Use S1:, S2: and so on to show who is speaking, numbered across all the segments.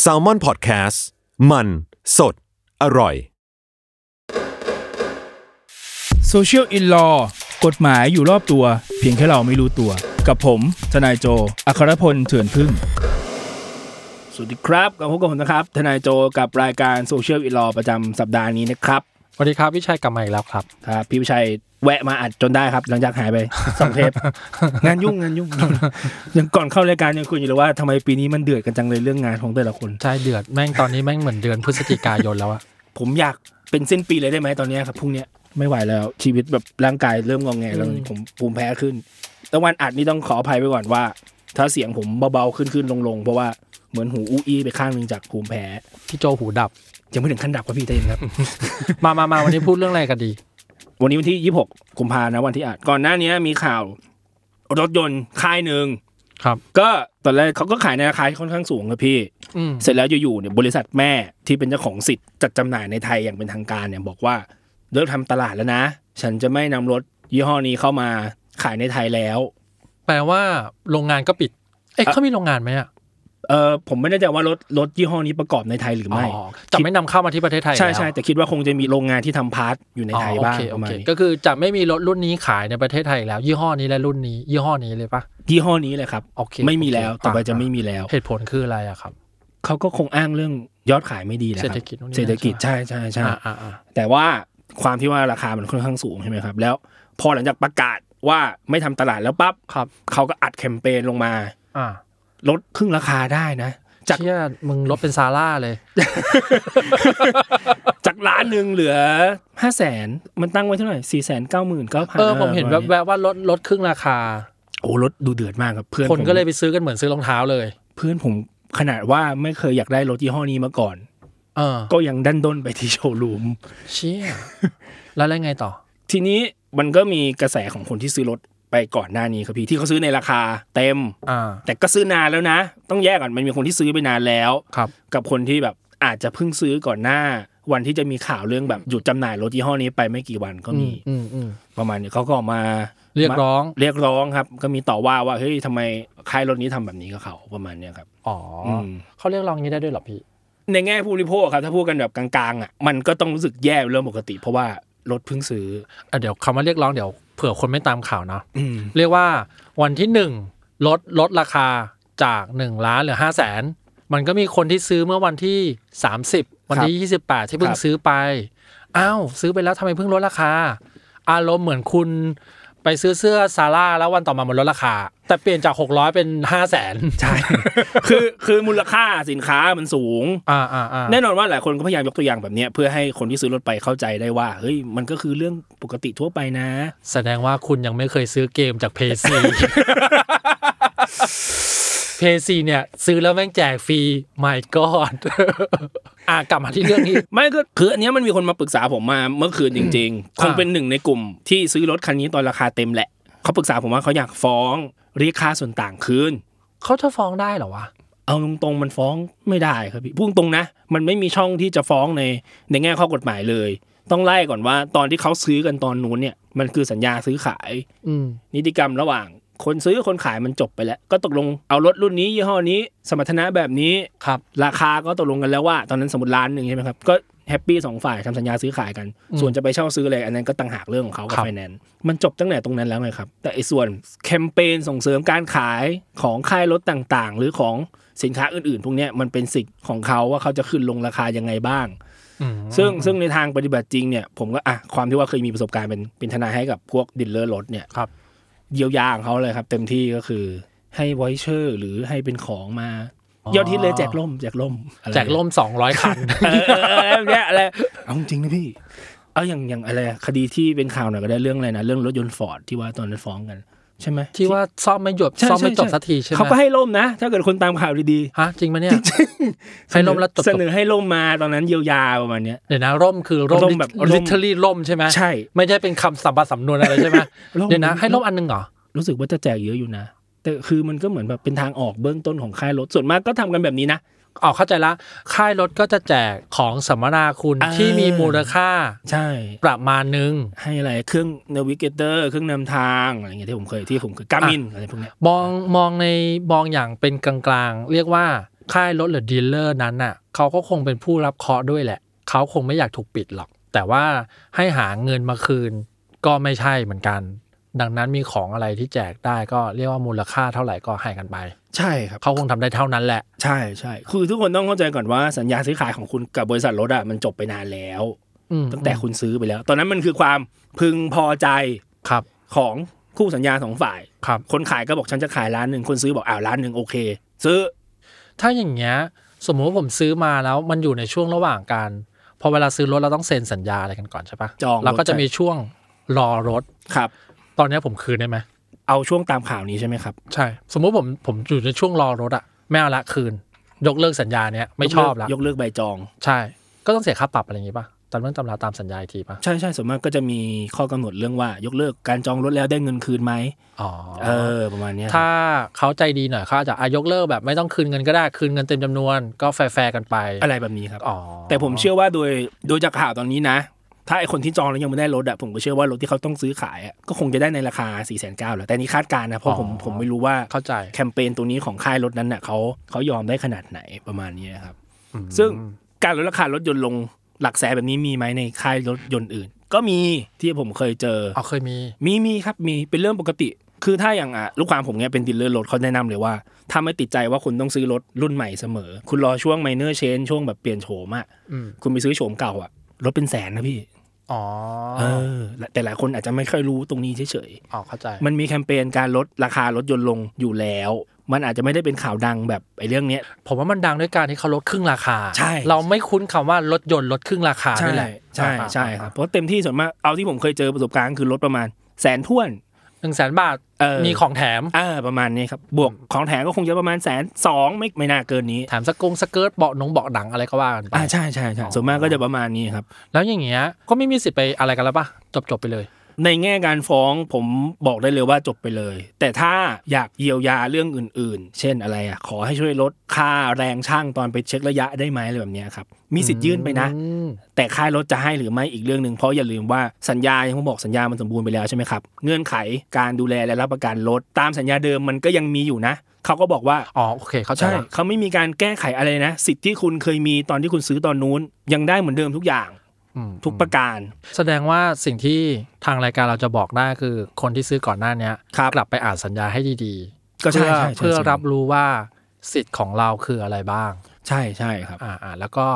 S1: แซลมอนพอดแคสต์มันสดอร่อย
S2: Social in Law กฎหมายอยู่รอบตัว เพียงแค่เราไม่รู้ตัว กับผมทนายโจ อัครพลเถื่อนพึ่ง สวัสดีครับกับพบกับผมนะครับ ทนายโจกับรายการ Social in Law ประจำสัปดาห์นี้นะครับ
S3: สวัสดีครับพี่ชัยกลับมาอีกแล้วครับ
S2: ครับพี่วิชัยแวะมาอัดจนได้ครับ หลังจากหายไป สองเท ปงานยุ่งงานยุ่ง ยังก่อนเข้ารายการยังคุยอยู่เลยว่าทำไมปีนี้มันเดือดกันจังเลยเรื่องงานของแต่ละคน
S3: ใจเดือดแม่งตอนนี้แม่งเหมือนเดือนพฤศจิกายนแล้วอะ
S2: ผมอยากเป็นสิ้นปีเลยได้ไหมตอนเนี้ยครับพรุ่งเนี้ยไม่ไหวแล้วชีวิตแบบร่างกายเริ่มงองแงแล้วผมภูมิแพ้ขึ้นแตะวันอัดนี่ต้องขออภัยไปก่อนว่า ถ้าเสียงผมเบาๆขึ้นขึ้นลงลงๆเพราะว่าเหมือนหูอู้อี้ไปข้างหนึ่งจากภูมิแพ้
S3: พี่โจหูดับ
S2: ยังไม่ถึงขั้นดับครับพี่เต้ นครับ
S3: มามามาวันนี้พูดเรื่องอะไรกันดี
S2: วันนี้วันที่ 26 กุมภานะวันที่อัดก่อนหน้านี้มีข่าว รถยนต์ค่ายหนึ่ง
S3: ครับ
S2: ก็ตอนแรกเขาก็ขายในราคาที่ค่อนข้างสูงครับพี่
S3: อืม
S2: เสร็จแล้วอยู่ๆเนี่ยบริษัทแม่ที่เป็นเจ้าของสิทธิ์จัดจำหน่ายในไทยอย่างเป็นทางการเนี่ยบอกว่าเลิกทำตลาดแล้วนะ ฉันจะไม่นำรถยี่ห้อนี้เข้ามาขายในไทยแล้ว
S3: แปลว่าโรงงานก็ปิด เอ๊ะเขามีโรงงานไหมอะ
S2: เออผมไม่แน่ใจว่ารถรถยี่ห้อนี้ประกอบในไทยหรือไม่
S3: อ๋อจะไม่นำเข้ามาที่ประเทศไทย
S2: ใช่
S3: แล้ว
S2: ใช่แต่คิดว่าคงจะมีโรงงานที่ทำพาร์ทอยู่ใน
S3: อ๋อ
S2: ไทย
S3: โอ
S2: บ้าง
S3: เค
S2: ป
S3: โอ
S2: ระมาณ
S3: เค
S2: นี้
S3: ก็คือจะไม่มีรถรุ่นนี้ขายในประเทศไทยแล้ว ยี่ห้อนี้และรุ่นนี้ ยี่ห้อนี้เลยปะ
S2: ยี่ห้อนี้เลยครับ
S3: โอเค
S2: ไม่มี
S3: โอเค
S2: แล้วต่อไป
S3: อ่
S2: จะไม่มีแล้ว
S3: เหตุผลคืออะไรอะครับ
S2: เขาก็คงอ้างเรื่องยอดขายไม่ดีแหละค
S3: เศร
S2: บ
S3: ษฐกิจนู่นนี่
S2: เศรษฐกิจ
S3: นั่น
S2: ใช่ใช่ใช่
S3: อ่าอ่าอ่า
S2: แต่ว่าความที่ว่าราคามันค่อนข้างสูงใช่ไหมครับ แล้วพอหลังจากประกาศว่าไม่ทำตลาดแล้วปั๊บ
S3: ครับ
S2: เขาก็อัดแคมเปญลงมา
S3: อ่า
S2: ลดครึ่งราคาได้ นะ จาก
S3: เชี่ยมึงลดเป็นซาร่าเลย
S2: จากล้านหนึ่งเหลือห้าแสนมันตั้งไว้เท่าไหร่สี่แสนเก้าหมื่นเก้าพัน
S3: เออผมเห็นแบบแบบๆว่าลดลดครึ่งราคา
S2: โอ้รถดูเดือดมากครับเพื่อน
S3: คน
S2: ผม
S3: ก็เลยไปซื้อกันเหมือนซื้อรองเท้าเลย
S2: เพื่อนผมขนาดว่าไม่เคยอยากได้รถยี่ห้อนี้มาก่อน
S3: เออ
S2: ก็ยังดันด้นไปที่โชว์รูม
S3: เชี่ย แล้วแล้วไงต่อ
S2: ทีนี้มันก็มีกระแสของคนที่ซื้อรถไปก่อนหน้านี้ครับพี่ที่เขาซื้อในราคาเต็ม
S3: อ่า
S2: แต่ก็ซื้อนานแล้วนะ ต้องแยกก่อนมันมีคนที่ซื้อไปนานแล้ว
S3: ครับ
S2: กับคนที่แบบอาจจะเพิ่งซื้อก่อนหน้า วันที่จะมีข่าวเรื่องแบบหยุดจำหน่ายรถยี่ห้อนี้ไปไม่กี่วันก็มี
S3: อืมอืม
S2: ประมาณนี้เขาก็ออกมา
S3: เรียกร้อง
S2: เรียกร้องครับ ก็มีต่อว่าว่าเฮ้ยทำไมค่ายรถนี้ทำแบบนี้กับเขาประมาณเนี้ยครับ
S3: อ๋ออ
S2: ม
S3: เขาเรียกร้องอย่างนี้ได้ด้วยเหรอพี่
S2: ในแง่ผู้บริโภคครับถ้าพูดกันแบบกลางๆอ่ะมันก็ต้องรู้สึกแย่เป็นเรื่องปกติ เพราะว่ารถเพิ่งซื้อ
S3: อ่ะเดี๋ยวคำว่าเรียกร้องเดี๋ยวเผื่อคนไม่ตามข่าวเนาะ
S2: อืม
S3: เรียกว่าวันที่หนึ่งลดลดราคาจากหนึ่งล้านเหลือห้าแสน มันก็มีคนที่ซื้อเมื่อวันที่สามสิบวันที่ยี่สิบแปดที่เพิ่งซื้อไป อ้าวซื้อไปแล้วทำไมเพิ่งลดราคา อารมณ์เหมือนคุณไปซื้อเสื้อซาร่าแล้ววันต่อมามันลดราคา แต่เปลี่ยนจากหกร้อยเป็นห้าแสน
S2: ใช่ คือคือมูลค่าสินค้ามันสูง
S3: อ่าอ่าอ่า
S2: แน่นอนว่าหลายคนก็พยายามยกตัวอย่างแบบเนี้ยเพื่อให้คนที่ซื้อรถไปเข้าใจได้ว่าเฮ้ยมันก็คือเรื่องปกติทั่วไปนะ
S3: แสดงว่าคุณยังไม่เคยซื้อเกมจากเพซี เพซีเนี่ยซื้อแล้วแม่งแจกฟรี my god อ่ะกลับมาที่เรื่องนี้
S2: ไม่ก็คืออันเนี้ยมันมีคนมาปรึกษาผมมาเมื่อคืนจริง ๆ คงเป็นหนึ่งในกลุ่มที่ซื้อรถคันนี้ตอนราคาเต็มแหละเขาปรึกษาผมว่าเขาอยากฟ้องเรียกค่าส่วนต่างคืน
S3: เขาจะฟ้องได้เหรอวะ
S2: เอาตรงๆมันฟ้องไม่ได้ครับพี่พูดตรงๆนะ มันไม่มีช่องที่จะฟ้องในในแง่ข้อกฎหมายเลย ต้องไล่ก่อนว่าตอนที่เขาซื้อกันตอนนู้นเนี่ยมันคือสัญญาซื้อขาย
S3: อืม
S2: นิติกรรมระหว่าง คนซื้อคนขายมันจบไปแล้ว ก็ตกลงเอารถรุ่นนี้ยี่ห้อนี้สมรรถนะแบบนี้
S3: ครับ
S2: ราคาก็ตกลงกันแล้วว่า ตอนนั้นสมมติล้านหนึ่งใช่ไหมครับ ก็แฮปปี้สองฝ่ายทำสัญญาซื้อขายกัน
S3: อืม
S2: ส่วนจะไปเช่าซื้ออะไรอันนั้นก็ต่างหากเรื่องของเขากับ
S3: ครับ
S2: ไฟแนนซ์มันจบตั้งแต่ตรงนั้นแล้วไงครับ แต่ไอ้ส่วนแคมเปญส่งเสริมการขายของค่ายรถต่างๆ หรือของสินค้าอื่นๆ พวกเนี้ยมันเป็นสิทธิ์ของเขาว่าเขาจะขึ้นลงราคายังไงบ้าง
S3: อืม
S2: ซึ่งซึ่งในทางปฏิบัติจริงเนี่ยผมก็อ่ะความที่ว่าเคยมีประสบการณ์เป็นเป็นทนายให้กับพวกดิลเลอร์รถเนี่ย
S3: ครับ
S2: เยียวยาของเขาเลยครับ เต็มที่ก็คือให้ไวเชอร์หรือให้เป็นของมา
S3: อ๋อ
S2: ยอดฮิตเลยแจกล่มแจกล่มอะไร
S3: แจกล่มสองร้อย คัน
S2: เออเออเออแบบเนี้ยอะไรเอาจริงนะพี่ เอาอย่างอย่างอะไรอะคดีที่เป็นข่าวหน่อยก็ได้เรื่องอะไรนะ เรื่องรถยนต์ฟอร์ดที่ว่าตอนนั้นฟ้องกัน ใช่ไหม
S3: ที่ว่าซ่อมไม่หยุด
S2: ใช่
S3: ซ่อมไม่
S2: ใช่
S3: จบ
S2: ใช่
S3: สักทีใช่ไหม
S2: เขาก็ให้ล่มนะ ถ้าเกิดคนตามข่าวดี
S3: ฮะจริงไหมเนี่ย
S2: ๆ
S3: ให้ล่มแล้วจบ
S2: เสนอให้ล่มมาตอนนั้นเยียวยาประมาณเนี้ย
S3: เดี๋ยวนะร่มคือร่ม
S2: ร่มแบบร่ม
S3: ลิทเทอรี่ร่มใช่ไหม
S2: ใช่
S3: ไม่ใช่เป็นคำสัมปสำนวนอะไรใช่ไหม
S2: ร่ม
S3: เดี๋ยวนะให้ร่มอันหนึงเหรอ
S2: รู้สึกว่าจะแจกเยอะอยู่นะ แต่คือมันก็เหมือนแบบเป็นทางออกเบื้องต้นของค่ายรถส่วนมากก็ทำกันแบบนี้นะ
S3: ออกเข้าใจละค่ายรถก็จะแจกของสัมมนาคุณ
S2: อ่า
S3: ที่มีมูลค่า
S2: ใช่
S3: ประมาณหนึง
S2: ให้อะไรเครื่องนวิเกเตอร์เครื่องนำทางอะไรอย่างเงี้ยที่ผมเคยที่ผมเคยกามินอะไรพวกเนี้ย
S3: มองมองในมองอย่างเป็นกลางๆ เรียกว่าค่ายรถหรือดีลเลอร์นั้นน่ะเขาก็คงเป็นผู้รับเคราะห์ด้วยแหละ เขาคงไม่อยากถูกปิดหรอก แต่ว่าให้หาเงินมาคืนก็ไม่ใช่เหมือนกัน ดังนั้นมีของอะไรที่แจกได้ก็เรียกว่ามูลค่าเท่าไหร่ก็ให้กันไป
S2: ใช่ครับ
S3: เขาคงทำได้เท่านั้นแหละ
S2: ใช่ใช่คือทุกคนต้องเข้าใจก่อนว่าสัญญาซื้อขายของคุณกับบริษัทรถอ่ะมันจบไปนานแล้ว
S3: อืม
S2: ตั้งแต่คุณซื้อไปแล้ว ตอนนั้นมันคือความพึงพอใจ
S3: ครับ
S2: ของคู่สัญญาสองฝ่าย
S3: ครับ
S2: คนขายก็บอกฉันจะขายร้านหนึ่งคนซื้อบอกอ้าวร้านหนึ่งโอเค ซื้อ
S3: ถ้าอย่างเงี้ยสมมุติว่าผมซื้อมาแล้วมันอยู่ในช่วงระหว่างการพอเวลาซื้อรถเราต้องเซ็นสัญญาอะไรกันก่อนใช่ปะ
S2: จอง
S3: เราก็จะมีช่วงรอรถ
S2: ครับ
S3: ตอนเนี้ยผมคืนได้ไหม
S2: เอาช่วงตามข่าวนี้ใช่ไหมครับ
S3: ใช่ สมมุติผมผมอยู่ในช่วงรอรถอะไม่เอาละคืน ยกเลิกสัญญาเนี้ยไม่ชอบละ
S2: ยกเลิกใบจอง
S3: ใช่ ก็ต้องเสียค่าปรับอะไรอย่างงี้ปะตามเรื่องตำราตามสัญญาอีกทีปะ
S2: ใช่ใช่ส่วนมากก็จะมีข้อกำหนดเรื่องว่า ยกเลิกการจองรถแล้วได้เงินคืนไหม
S3: อ๋อ
S2: เออประมาณเนี้ย
S3: ถ้าเขาใจดีหน่อยเขาอาจจะอายกเลิกแบบไม่ต้องคืนเงินก็ได้คืนเงินเต็มจำนวน ก็แฟร์ๆกันไป
S2: อะไรแบบนี้ครับ
S3: อ๋อ
S2: แต่ผมเชื่อว่าโดยโดยจากข่าวตอนนี้นะ ถ้าไอคนที่จองแล้วยังไม่ได้รถอะผมก็เชื่อว่ารถที่เขาต้องซื้อขายอะก็คงจะได้ในราคา4ี่แสนเก้าแหละแต่นี่คาดการณ์นะเพราะผมผมไม่รู้ว่า
S3: เข้าใจ
S2: แคมเปญตัวนี้ของค่ายรถนั้นน่ะเขาเขายอมได้ขนาดไหนประมาณนี้ครับ ซึ่งการลดราคารถยนต์ลงหลักแสนแบบนี้มีไหมในค่ายรถยนต์อื่น ก็มีที่ผมเคยเจอ
S3: เอาเคยมี
S2: มีมีครับมีเป็นเรื่องปกติ คือถ้าอย่างอ่ะลูกความผมเนี่ยเป็นดีลเลอร์รถเขาแนะนำเลยว่า ถ้าไม่ติดใจว่าคุณต้องซื้อรถรุ่นใหม่เสมอ คุณรอช่วงไมเนอร์เชนช่วงแบบเปลี่ยนโฉมอ่ะ
S3: อืม
S2: คุณไปซื้อโฉมเก่าอ่ะรถเป็นแสนนะพี่
S3: อ๋อ
S2: เออแต่หลายคนอาจจะไม่ค่อยรู้ตรงนี้เฉย
S3: อ๋อเข้าใจ
S2: ๆมันมีแคมเปญการลดราคารถยนต์ลงอยู่แล้ว มันอาจจะไม่ได้เป็นข่าวดังแบบไอ้เรื่องเนี้ย
S3: ผมว่ามันดังด้วยการที่เขาลดครึ่งราคา
S2: ใช่
S3: เราไม่คุ้นคำว่ารถยนต์ลดครึ่งราคาด้วยแหละ
S2: ใช่ใช่ครับเพราะเต็มที่ส่วนมากเอาที่ผมเคยเจอประสบการณ์คือรถประมาณแสนท้วน
S3: หนึ่งแสนบาท
S2: เออ
S3: มีของแถม
S2: อ่าประมาณนี้ครับบวกของแถมก็คงจะประมาณแสนสองไม่ไม่น่าเกินนี้
S3: แถมสกงสเกิร์ตเบาะหนงเบาะหนังอะไรก็ว่ากันไป
S2: อ่าใช่ใช่ใช่
S3: อ๋อ
S2: ส่วนมากก็จะประมาณนี้ครับ
S3: แล้วอย่างเงี้ยก็ไม่มีสิทธิ์ไปอะไรกันแล้วป่ะ จบจบๆไปเลย
S2: ในแง่การฟ้องผมบอกได้เลยว่าจบไปเลย แต่ถ้าอยากเยียวยาเรื่องอื่น ๆ เช่นอะไรอ่ะขอให้ช่วยลดค่าแรงช่างตอนไปเช็คระยะได้ไหมอะไรแบบเนี้ยครับมีสิทธิ์ยื่นไปนะ
S3: อืม
S2: แต่ค่ายรถจะให้หรือไม่อีกเรื่องหนึ่งเพราะอย่าลืมว่าสัญญาอย่างผมบอกสัญญามันสมบูรณ์ไปแล้วใช่ไหมครับเงื่อนไขการดูแลและรับประกันรถตามสัญญาเดิมมันก็ยังมีอยู่นะเขาก็บอกว่า
S3: อ๋อโอเคเข้าใจ
S2: ใช่
S3: ละ
S2: เขาไม่มีการแก้ไขอะไรนะ สิทธิ์ที่คุณเคยมีตอนที่คุณซื้อตอนนู้น ยังได้เหมือนเดิมทุกอย่าง
S3: อืม
S2: ทุกประการ
S3: แสดงว่าสิ่งที่ทางรายการเราจะบอกได้คือคนที่ซื้อก่อนหน้าเนี้ย
S2: ครับ
S3: กลับไปอ่านสัญญาให้ดีๆ
S2: ก็ใช่
S3: เพื่อ
S2: ใช่ใช่
S3: เพื่อ
S2: ใช่
S3: รับรู้ว่าสิทธิ์ของเราคืออะไรบ้าง
S2: ใช่ใช่ครับ
S3: อ่าอ่าแล้วก็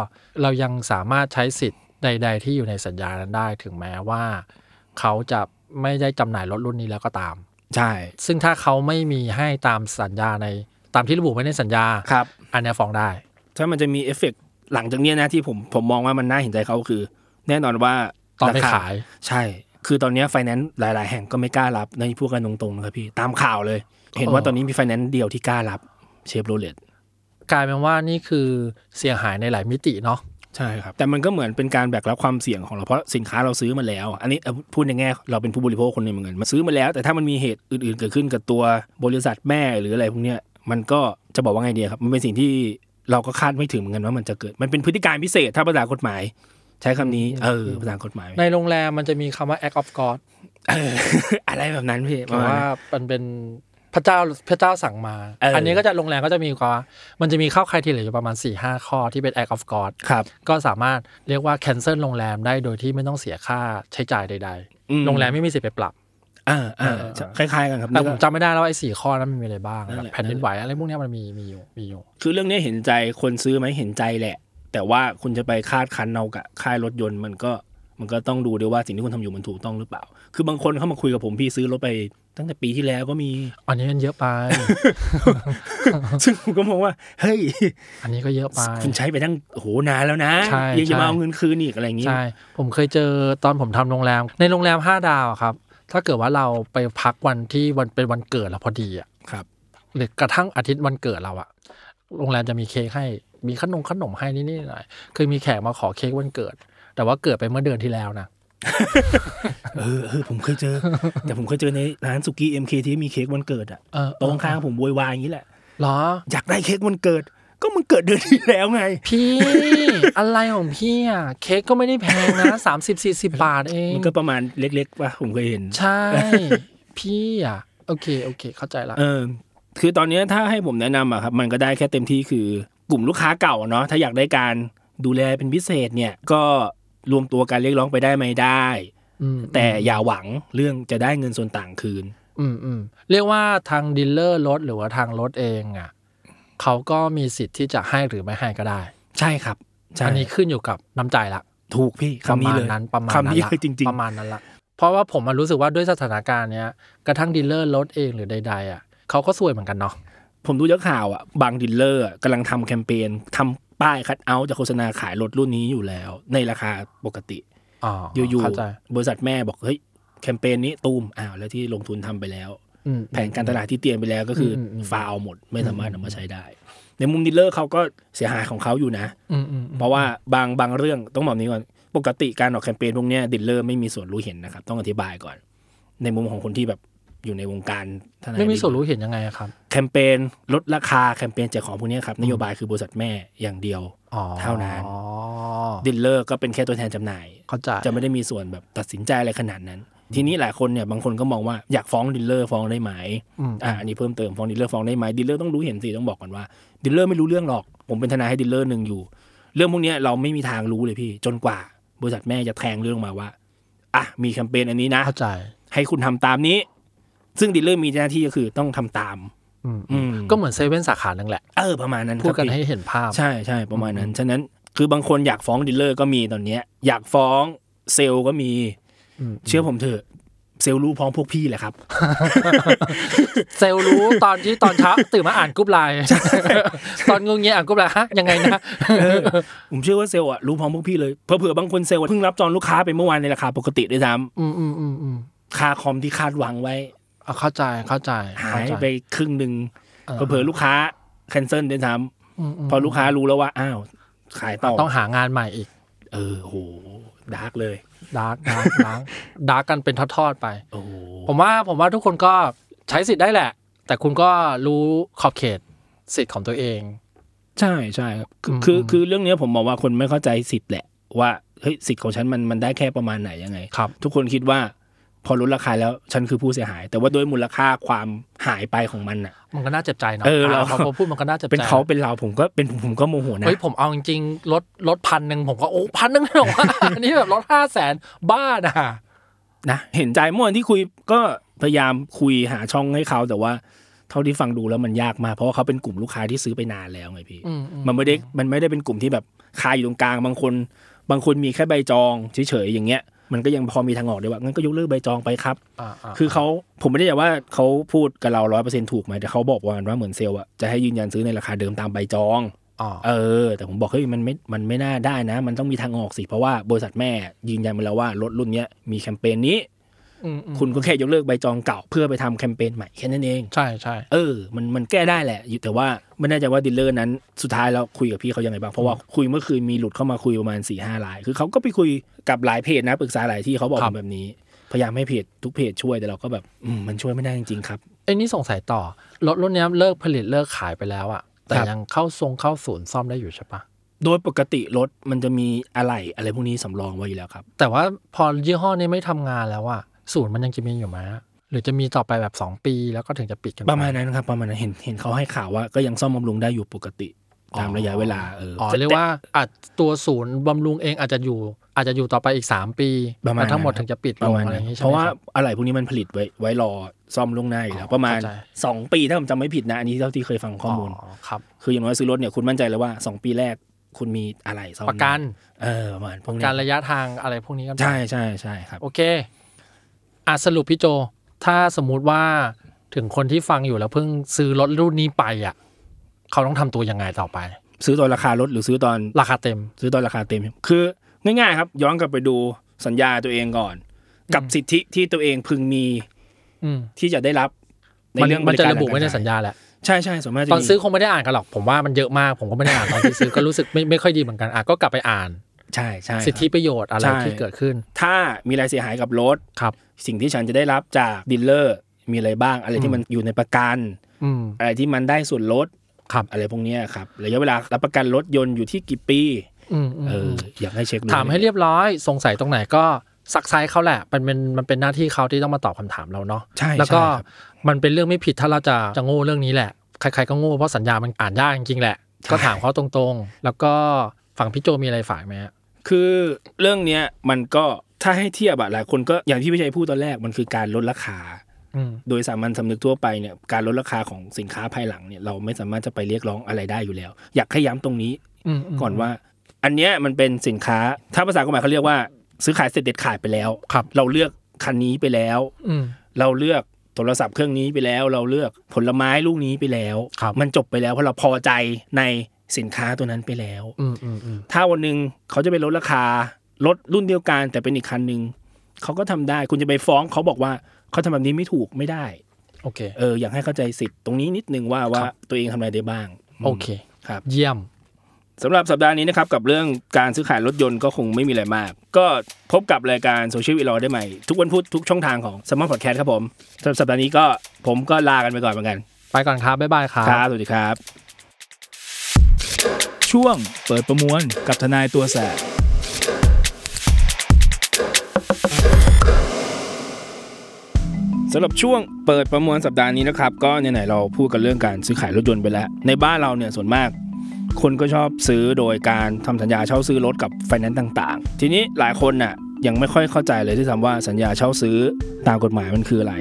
S3: เรายังสามารถใช้สิทธิ์ใด ๆ ที่อยู่ในสัญญานั้นได้ถึงแม้ว่า เขาจะไม่ได้จำหน่ายรถรุ่นนี้แล้วก็ตาม
S2: ใช่
S3: ซึ่งถ้าเขาไม่มีให้ตามสัญญาในตามที่ระบุไว้ในสัญญา
S2: ครับ
S3: อันเนี้ยฟ้องได้
S2: ถ้ามันจะมีเอฟเฟกต์หลังจากเนี้ยนะที่ผมผมมองว่ามันน่าเห็นใจเขาคือ แน่นอนว่า
S3: ตอนไป
S2: รค
S3: ขาย
S2: ใช่ คือตอนเนี้ไฟแนนซ์หลาย ๆ แห่งก็ไม่กล้ารับในพูดกันตรงๆนะครับพี่ตามข่าวเลย เห็นว่าตอนนี้มีไฟแนนซ์เดียวที่กล้ารับเชฟโรเลต
S3: กลายเป็นว่านี่คือเสียหายในหลายมิติเนาะ
S2: ใช่ครับแต่มันก็เหมือนเป็นการแบกรับความเสี่ยงของเราเพราะสินค้าเราซื้อมาแล้ว อันนี้เอาพูดในแง่เราเป็นผู้บริโภคคนหนึ่งเหมือนกันมาซื้อมาแล้ว แต่ถ้ามันมีเหตุอื่น ๆ เกิดขึ้นกับตัวบริษัทแม่หรืออะไรพวกเนี้ยมันก็จะบอกว่าไงดีครับมันเป็นสิ่งที่เราก็คาดไม่ถึงเหมือนกันว่ามันจะเกิด มันเป็นพฤติการพิเศษถ้าภาษากฎหมาย ใช้คำนี้เออภาษากฎหมาย
S3: ในโรงแรมมันจะมีคำว่า act of god
S2: เอ อ อะไรแบบนั้นพี่ป
S3: หรื
S2: ระ
S3: อ
S2: มาณ
S3: ว่า
S2: นั้น
S3: มันเป็นพระเจ้าพระเจ้าสั่งมา
S2: เอออั
S3: นนี้ก็จะโรงแรมก็จะมีความว่ามันจะมีข้อคายทีเหลืออยู่ประมาณ4ี่ห้าข้อที่เป็น act of god
S2: ครับ
S3: ก็สามารถเรียกว่า cancel โรงแรมได้โดยที่ไม่ต้องเสียค่าใช้จ่ายใด
S2: อื
S3: ๆ โรงแรมไม่มีสิทธิ์ไปปรับ
S2: อ่าอ่าคล้าย ๆ กันครับ
S3: แต่ผมจำไม่ได้แล้วว่าไอ้สี่ข้อนั้นมันมีอะไรบ้าง
S2: นั่นแหละ
S3: แบบแผ่นดินไหวอะไรพวกเนี้ยมันมีมีอยู่มีอยู่
S2: คือเรื่องนี้เห็นใจคนซื้อไหมเห็นใจแหละ แต่ว่าคุณจะไปคาดคั้นเอากับค่ายรถยนต์มันก็มันก็ต้องดูด้วยว่าสิ่งที่คุณทำอยู่มันถูกต้องหรือเปล่า คือบางคนเข้ามาคุยกับผมพี่ซื้อรถไปตั้งแต่ปีที่แล้วก็มี
S3: อันนี้มันเยอะไป
S2: ซึ่งผมก็มองว่า เฮ้ย
S3: อันนี้ก็เยอะไป
S2: คุณใช้ไปตั้งโอ้โหนานแล้วนะ
S3: ใช่
S2: ยังจะ
S3: ใช่
S2: มาเอาเงินคืนอีกอะไรอย่างนี้
S3: ใช่ ผมเคยเจอตอนผมทำโรงแรม ในโรงแรมห้าดาวอะครับ ถ้าเกิดว่าเราไปพักวันที่วันเป็นวันเกิดเราพอดีอ่ะ
S2: ครับ
S3: หรือกระทั่งอาทิตย์วันเกิดเราอ่ะโรงแรมจะมีเค้กให้มีขนมขนมให้นิดๆหน่อยๆเคยมีแขกมาขอเค้กวันเกิด แต่ว่าเกิดไปเมื่อเดือนที่แล้วนะ
S2: เออเออผมเคยเจอ แต่ผมเคยเจอในร้านสุกี้ MK ที่มีเค้กวันเกิดอ่ะ
S3: เออ
S2: โตรงข้างๆผมโวยวายอย่างนี้แหละ
S3: เหรอ
S2: อยากได้เค้กวันเกิด ก็มันเกิดเดือนที่แล้วไง
S3: พี่ อะไรของพี่อ่ะ เค้กก็ไม่ได้แพงนะสามสิบสี่สิบบาทเอง
S2: มันก็ประมาณเล็กๆป่ะผมเคยเห็น
S3: ใช่ พี่อ่ะ โอเค โอเค เข้าใจละ
S2: เออ คือตอนนี้ถ้าให้ผมแนะนำอะครับ มันก็ได้แค่เต็มที่คือกลุ่มลูกค้าเก่าอะเนาะถ้าอยากได้การดูแลเป็นพิเศษเนี่ย ก็รวมตัวการเรียกร้องไปได้ไหมได้
S3: ม
S2: แต่อย่าหวังเรื่องจะได้เงินส่วนต่างคืน
S3: อืมอืมเรียกว่าทางดีลเลอร์รถหรือว่าทางรถเองอ่ะเขาก็มีสิทธิ์ที่จะให้หรือไม่ให้ก็ได้
S2: ใช่ครับใช่
S3: อันนี้ขึ้นอยู่กับน้ำใจละ
S2: ถูกพี่
S3: ประ
S2: คำนี้
S3: มาณ
S2: เลย
S3: นั้นประมาณ
S2: คำนี้
S3: ละ
S2: เลยจริง
S3: ประมาณนั้นละ เพราะว่าผมมารู้สึกว่าด้วยสถานการณ์เนี้ยกระทั่งดีลเลอร์รถเองหรือใด ๆ อ่ะเขาก็ซวยเหมือนกันเนาะ
S2: ๆ ผมดูจากข่าวอ่ะบางดีลเลอร์อะกำลังทำแคมเปญทำป้ายคัดเอาท์จะโฆษณาขายรถรุ่นนี้อยู่แล้ว ในราคาปกติ อยู่
S3: เข้าใจ
S2: ๆบริษัทแม่บอกเฮ้ยแคมเปญนี้ตูมอ้าวแล้วที่ลงทุนทำไปแล้ว
S3: อืม
S2: แผนการตลาดที่เตรียมไปแล้วก็คืออ
S3: มอืม
S2: ฟาวหมดไม่สามารถนำมาใช้ได้ ในมุมดีลเลอร์เขาก็เสียหายของเขาอยู่นะ
S3: อืมอืมอืม
S2: เพราะว่าบางบางเรื่องต้องบอกนี้ก่อน ปกติการออกแคมเปญพวกเนี้ยดีลเลอร์ไม่มีส่วนรู้เห็นนะครับ ต้องอธิบายก่อน ในมุมของคนที่แบบอยู่ในวงการทนาย
S3: ไม่มีส่วนรู้เห็นยังไงอะครับ
S2: แคมเปญลดราคาแคมเปญแจกของพวกเนี้ยครับนโยบายคือบริษัทแม่อย่างเดียว
S3: อ๋อ
S2: เท่านั้น
S3: อ๋อ
S2: ดีลเลอร์ก็เป็นแค่ตัวแทนจำหน่าย
S3: เข้าใจ
S2: จะไม่ได้มีส่วนแบบตัดสินใจอะไรขนาดนั้น ทีนี้หลายคนเนี่ยบางคนก็มองว่าอยากฟ้องดีลเลอร์ฟ้องได้ไหม
S3: อืม
S2: อ่าอันนี้เพิ่มเติมฟ้องดีลเลอร์ฟ้องได้ไหมดีลเลอร์ต้องรู้เห็นสิต้องบอกก่อนว่าดีลเลอร์ไม่รู้เรื่องหรอก ผมเป็นทนายให้ดีลเลอร์หนึ่งอยู่ เรื่องพวกเนี้ยเราไม่มีทางรู้เลยพี่ จนกว่า บริษัทแม่จะแทงเรื่องมาว่าอ่ะมีแคมเปญอันนี้นะ
S3: เข้าใจ
S2: ให้คุณทำตามนี้ ซึ่งดีลเลอร์มีหน้าที่ก็คือต้องทำตาม
S3: อืม
S2: อืม
S3: ก็เหมือนเซเว่นสาขาหนึ่งแหละ
S2: เออประมาณนั้น
S3: พูดกัน
S2: ครับ
S3: ให้
S2: พี่
S3: เห็นภาพ
S2: ใช่ใช่ประมาณนั้นฉะนั้นคือบางคนอยากฟ้องดีลเลอร์ก็มีตอนเนี้ย อยากฟ้องเซลล์ก็มี
S3: อืม
S2: เชื่อผมเถอะเซลล์รู้พร้อมพวกพี่แหละครับ
S3: เซลล์รู้ตอนที่ตอน เช้า ตื่นมาอ่านกรุ๊ปไลน์ ตอนงงเงี้ยอ่านกรุ๊ปไลน์ฮะยังไงนะ
S2: ผมเชื่อว่าเซลล์อะรู้พร้อมพวกพี่เลยเผื่อๆบางคนเซลล์อะเพิ่งรับจองลูกค้าไปเมื่อวานในราคาปกติด้วยซ้
S3: อืมอืมอืมอืม
S2: ำค่าคอมที่คาดหวังไว้
S3: อ่ะเข้าใจเข้าใจ
S2: หา
S3: เข้
S2: ย
S3: ใจ
S2: ไปครึ่งหนึ่ง
S3: า
S2: เผื่อๆลูกค้าแคนเซิลด้วยซ้
S3: มม
S2: ำพอลูกค้ารู้แล้วว่า อ้าว ขายต่อ
S3: ต้องหางานใหม่อีก
S2: เออโหดาร์กเลย
S3: ดาร์กดาร์กดาร์กดาร์กกันเป็นทอดๆไป
S2: โอ้โห
S3: ผมว่าผมว่าทุกคนก็ใช้สิทธิ์ได้แหละ แต่คุณก็รู้ขอบเขตสิทธิ์ของตัวเอง
S2: ใช่ใช่ครับคือคือ
S3: ม
S2: คือเรื่องเนี้ยผมมองว่าคนไม่เข้าใจสิทธิ์แหละ ว่าเฮ้ยสิทธิ์ของฉันมันมันได้แค่ประมาณไหนยังไง
S3: ครับ
S2: ทุกคนคิดว่า พอลดราคาแล้วฉันคือผู้เสียหาย แต่ว่าด้วยมูลค่าความหายไปของมันอะ
S3: มันก็น่าเจ็บใจเนาะ
S2: เออเรา
S3: พอพูดมันก็น่าเจ็บใจ
S2: เป็นเขาเป็นเราผมก็เป็นผมผมก็โมโหนะ
S3: เฮ้ยผมเอาจริงๆลดลดพันหนึ่งผมก็โอ้พันหนึ่งเลยเหรอ วะ อันนี้แบบลดห้าแสนบ้านะ
S2: นะเห็นใจเมื่อวันที่คุยก็พยายามคุยหาช่องให้เขาแต่ว่า เท่าที่ฟังดูแล้วมันยากมากเพราะว่าเขาเป็นกลุ่มลูกค้าที่ซื้อไปนานแล้วไงพี่
S3: อืม
S2: มันไม่ได้มันไม่ได้เป็นกลุ่มที่แบบคาอยู่ตรงกลางบางคน บางคนมีแค่ใบจองเฉยๆอย่างเงี้ย มันก็ยังพอมีทางออกได้ว่างั้นก็ยกเลิกใบจองไปครับ
S3: อ่าๆ
S2: คือเขาผมไม่ได้จะว่าเขาพูดกับเราร้อยเปอร์เซ็นถูกไหมแต่เขาบอกว่าว่าเหมือนเซลล์อะจะให้ยืนยันซื้อในราคาเดิมตามใบจอง
S3: อ๋อ
S2: เออ แต่ผมบอกเฮ้ยมันไม่มันไม่น่าได้นะ มันต้องมีทางออกสิ เพราะว่าบริษัทแม่ยืนยันมาแล้วว่ารถรุ่นเนี้ยมีแคมเปญนี้
S3: อืมๆ
S2: คุณก็แค่ยกเลิกใบจองเก่าเพื่อไปทำแคมเปญใหม่แค่นั้นเอง
S3: ใช่ใช่
S2: เออ มันมันแก้ได้แหละอยู่แต่ว่าไม่แน่ใจว่าดีลเลอร์นั้นสุดท้ายแล้วคุยกับพี่เขายังไงบ้างเพราะว่าคุยเมื่อคืนมีหลุดเข้ามาคุยประมาณ4ี่ห้าราย คือเขาก็ไปคุยกับหลายเพจนะปรึกษาหลายที่เขาบอกผมแบบนี้ พยายามให้เพจทุกเพจช่วยแต่เราก็แบบอืมมันช่วยไม่ได้จริงๆครับ
S3: ไอ้นี่สงสัยต่อรถรุ่นเนี้ยเลิกผลิตเลิกขายไปแล้วอะแต่
S2: ครับ
S3: ยังเข้าทรงเข้าศูนย์ซ่อมได้อยู่ใช่ปะ
S2: โดยปกติรถมันจะมีอะไหล่อะไรพวกนี้สำรองไว้อยู่แล้วครับ
S3: แต่ว่าพอยี่ห้อนี้ไม่ทำงานแล้วอะศูนย์มันยังจะมีอยู่ไหมหรือจะมีต่อไปแบบสองปีแล้วก็ถึงจะปิดกันไป
S2: ประมาณนั้นครับประมาณนั้นเห็นเห็นเขาให้ข่าวว่าก็ยังซ่อมบำรุงได้อยู่ปกติ ตามระยะเวลาเออ
S3: อ๋อ
S2: แต่
S3: เรียกว่าอาจตัวศูนย์บำรุงเองอาจจะอยู่ อาจจะอยู่ต่อไปอีก 3 ปี
S2: ประมาณ
S3: แล้วทั้งหมด
S2: นั้น
S3: ถึงจะปิด
S2: ป
S3: ล
S2: ระ
S3: ง
S2: มาณ
S3: อะไรอ
S2: นั้
S3: ย่าน งนี้ใช่
S2: เพราะ
S3: ไหม
S2: ว่า
S3: ครับ
S2: อะไรพวกนี้มันผลิตไว้ไว้รอซ่อมล่วงหน้าอยู่แล้ว ประมาณ
S3: เข้าใจ
S2: 2 ปีถ้าผมจำไม่ผิดนะ อันนี้เท่าที่เคยฟังข้อมูล
S3: อ๋อครับ
S2: คืออย่างน้อยซื้อรถเนี่ยคุณมั่นใจเลยว่า 2 ปีแรกคุณมีอะไรซ่อม
S3: ประกัน
S2: เออประมาณพวก
S3: ประ
S2: นี้
S3: การระยะทางอะไรพวกนี้กัน
S2: ใช่ใช่ใช่ครับ
S3: โอเคอ่ะสรุปพี่โจ ถ้าสมมุติว่าถึงคนที่ฟังอยู่แล้วเพิ่งซื้อรถรุ่นนี้ไปอ่ะเขาต้องทำตัวยังไงต่อไป
S2: ซื้อตอนราคารถหรือซื้อตอน
S3: ราคาเต็ม
S2: ซื้อตอนราคาเต็ม คือง่ายๆครับ ย้อนกลับไปดูสัญญาตัวเองก่อน กับสิทธิที่ตัวเองพึงมี
S3: อืม
S2: ที่จะได้รับใน
S3: มัน
S2: เรื่อง
S3: มันจะ
S2: บา
S3: ระบุไว้ในสัญญาแหละ
S2: ใช่ใช่สวนมากจะ
S3: ตอน
S2: มี
S3: ซื้อคงไม่ได้อ่านกันหรอก ผมว่ามันเยอะมาก ผมก็ไม่ได้อ่านตอนที่ซื้อ ก็รู้สึกไม่ไม่ค่อยดีเหมือนกันอ่ะก็กลับไปอ่าน
S2: ใช่ใช่
S3: สิท
S2: ค
S3: ธิ
S2: รับ
S3: ประโยชน์อะไร
S2: ใช่
S3: ที่เกิดขึ้น
S2: ถ้ามีอะไรเสียหายกับรถ
S3: ครับ
S2: สิ่งที่ฉันจะได้รับจากดีลเลอร์มีอะไรบ้าง อะไรที่มันอยู่ในประกัน
S3: อืม
S2: อะไรที่มันได้ส่วนลด
S3: ครับ
S2: อะไรพวกเนี้ยครับระยะเวลารับประกันรถยนต์อยู่ที่กี่ปี
S3: อืมอืม
S2: เออ
S3: ม
S2: อยากให้เช็คดู
S3: ถามให้เรียบร้อย สงสัยตรงไหนก็ซักไซส์เขาแหละมันเป็นมันเป็นหน้าที่เขาที่ต้องมาตอบคำถามเราเนาะ
S2: ใช่
S3: แล้วก็
S2: ใช่ครับ
S3: มันเป็นเรื่องไม่ผิดถ้าเราจะจะโง่เรื่องนี้แหละ ใครๆก็โง่เพราะสัญญามันอ่านยากจริงๆแหละ
S2: ใช่
S3: ก็ถามเขาตรงๆ แล้วก็ฝั่งพี่โจมีอะไรฝากไหมฮะ
S2: คือเรื่องเนี้ยมันก็ถ้าให้เทียบอะหลายคนก็อย่างที่พี่ชัยพูดตอนแรกมันคือการลดราคา
S3: อืม
S2: โดยสามัญสำนึกทั่วไปเนี่ยการลดราคาของสินค้าภายหลังเนี่ยเราไม่สามารถจะไปเรียกร้องอะไรได้อยู่แล้ว อยากให้ย้ำตรงนี้
S3: อืมม
S2: ก่อนว่า อันเนี้ยมันเป็นสินค้าถ้าภาษากฎหมายเขาเรียกว่า ซื้อขายเสร็จเด็ดขาดไปแล้ว
S3: ครับ
S2: เราเลือกคันนี้ไปแล้ว
S3: อืม
S2: เราเลือกโทรศัพท์เครื่องนี้ไปแล้ว เราเลือกผลไม้ลูกนี้ไปแล้ว
S3: ครับ
S2: มันจบไปแล้วเพราะเราพอใจในสินค้าตัวนั้นไปแล้ว
S3: อืมอืมอืม
S2: ถ้าวันหนึ่งเขาจะไปลดราคาลดรุ่นเดียวกันแต่เป็นอีกคันหนึ่งเขาก็ทำได้คุณจะไปฟ้องเขาบอกว่าเขาทำแบบนี้ไม่ถูกไม่ได้
S3: โอเค
S2: เอออยากให้เข้าใจสิทธิ์ตรงนี้นิดนึงว่าว่าตัวเองทำอะไรได้บ้าง
S3: โอเค
S2: ครับ
S3: เยี่ยม
S2: สำหรับสัปดาห์นี้นะครับกับเรื่องการซื้อขายรถยนต์ก็คงไม่มีอะไรมาก ก็พบกับรายการโซเชียลวีลอได้ใหม่ ทุกวันพุธทุกช่องทางของสมาร์ทพอดแคสต์ครับผมสำหรับสัปดาห์นี้ก็ผมก็ลากันไปก่อนเหมือนกัน
S3: ไปก่อนครับ บ๊ายบายครับ
S2: ครับสวัสดีครับ ช่วงเปิดประมวลกับทนายตัวแสบสำหรับช่วงเปิดประมวลสัปดาห์นี้นะครับ ก็ไหนๆเราพูดกันเรื่องการซื้อขายรถยนต์ไปแล้ว ในบ้านเราเนี่ยส่วนมาก คนก็ชอบซื้อโดยการทำสัญญาเช่าซื้อรถกับไฟแนนซ์ต่างๆ ทีนี้หลายคนน่ะยังไม่ค่อยเข้าใจเลยที่ทำว่าสัญญาเช่าซื้อตามกฎหมายมันคืออะไร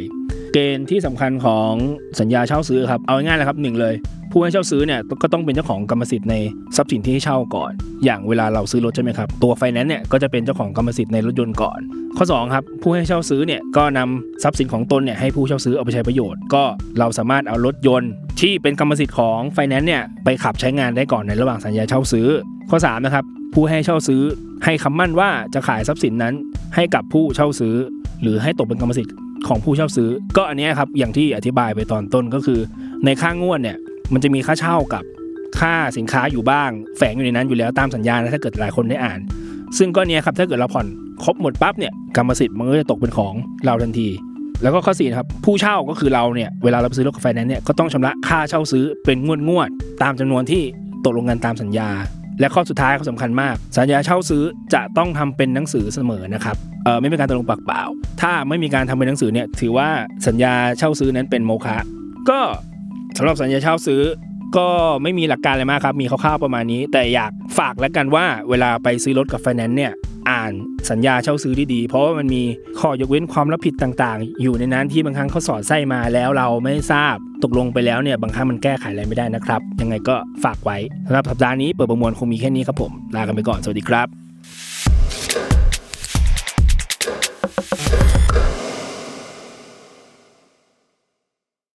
S2: เกณฑ์ที่สำคัญของสัญญาเช่าซื้อครับเอาง่ายๆเลยครับหนึ่งเลย ผู้ให้เช่าซื้อเนี่ยก็ต้องเป็นเจ้าของกรรมสิทธิ์ในทรัพย์สินที่ให้เช่าก่อน อย่างเวลาเราซื้อรถใช่ไหมครับ ตัวไฟแนนซ์เนี่ยก็จะเป็นเจ้าของกรรมสิทธิ์ในรถยนต์ก่อน ข้อสองครับผู้ให้เช่าซื้อเนี่ยก็นำทรัพย์สินของตนเนี่ยให้ผู้เช่าซื้อเอาไปใช้ประโยชน์ ก็เราสามารถเอารถยนต์ที่เป็นกรรมสิทธิ์ของไฟแนนซ์เนี่ยไปขับใช้งานได้ก่อนในระหว่างสัญญาเช่าซื้อ ข้อสามนะครับผู้ให้เช่าซื้อ ให้คำมั่นว่าจะขายทรัพย์สินนั้น ให้กับผู้เช่าซื้อ หรือให้ตกเป็นกรรมสิทธิ์ของผู้เช่าซื้อ ก็อันเนี้ยครับอย่างที่อธิบายไปตอนต้นก็คือ ในค่างวดเนี่ย มันจะมีค่าเช่ากับค่าสินค้าอยู่บ้าง แฝงอยู่ในนั้นอยู่แล้วตามสัญญานะถ้าเกิดหลายคนได้อ่าน ซึ่งก็เนี้ยครับถ้าเกิดเราผ่อนครบหมดปั๊บเนี่ยกรรมสิทธิ์มันก็จะตกเป็นของเราทันที แล้วก็ข้อสี่นะครับผู้เช่าก็คือเราเนี่ยเวลาเราไปซื้อรถกับไฟแนนซ์เนี่ยก็ต้องชำระค่าเช่าซื้อเป็นงวดงวดๆตามจำนวนที่ตกลงกันตามสัญญา และข้อสุดท้ายก็สำคัญมาก สัญญาเช่าซื้อจะต้องทำเป็นหนังสือเสมอนะครับเออไม่เป็นการตกลงปากเปล่า ถ้าไม่มีการทำเป็นหนังสือเนี่ยถือว่าสัญญาเช่าซื้อนั้นเป็นโมฆะก็ สำหรับสัญญาเช่าซื้อก็ไม่มีหลักการอะไรมากครับ มีคร่าวๆประมาณนี้ แต่อยากฝากแล้วกันว่าเวลาไปซื้อรถกับไฟแนนซ์เนี่ยอ่านสัญญาเช่าซื้อดีๆ เพราะว่ามันมีข้อยกเว้นความรับผิดต่างๆ อยู่ในนั้นที่บางครั้งเขาสอดไส้มาแล้วเราไม่ทราบตกลงไปแล้วเนี่ยบางครั้งมันแก้ไขอะไรไม่ได้นะครับ ยังไงก็ฝากไว้สำหรับสัปดาห์นี้เปิดประมวลคงมีแค่นี้ครับผมลากันไปก่อนสวัสดีครับ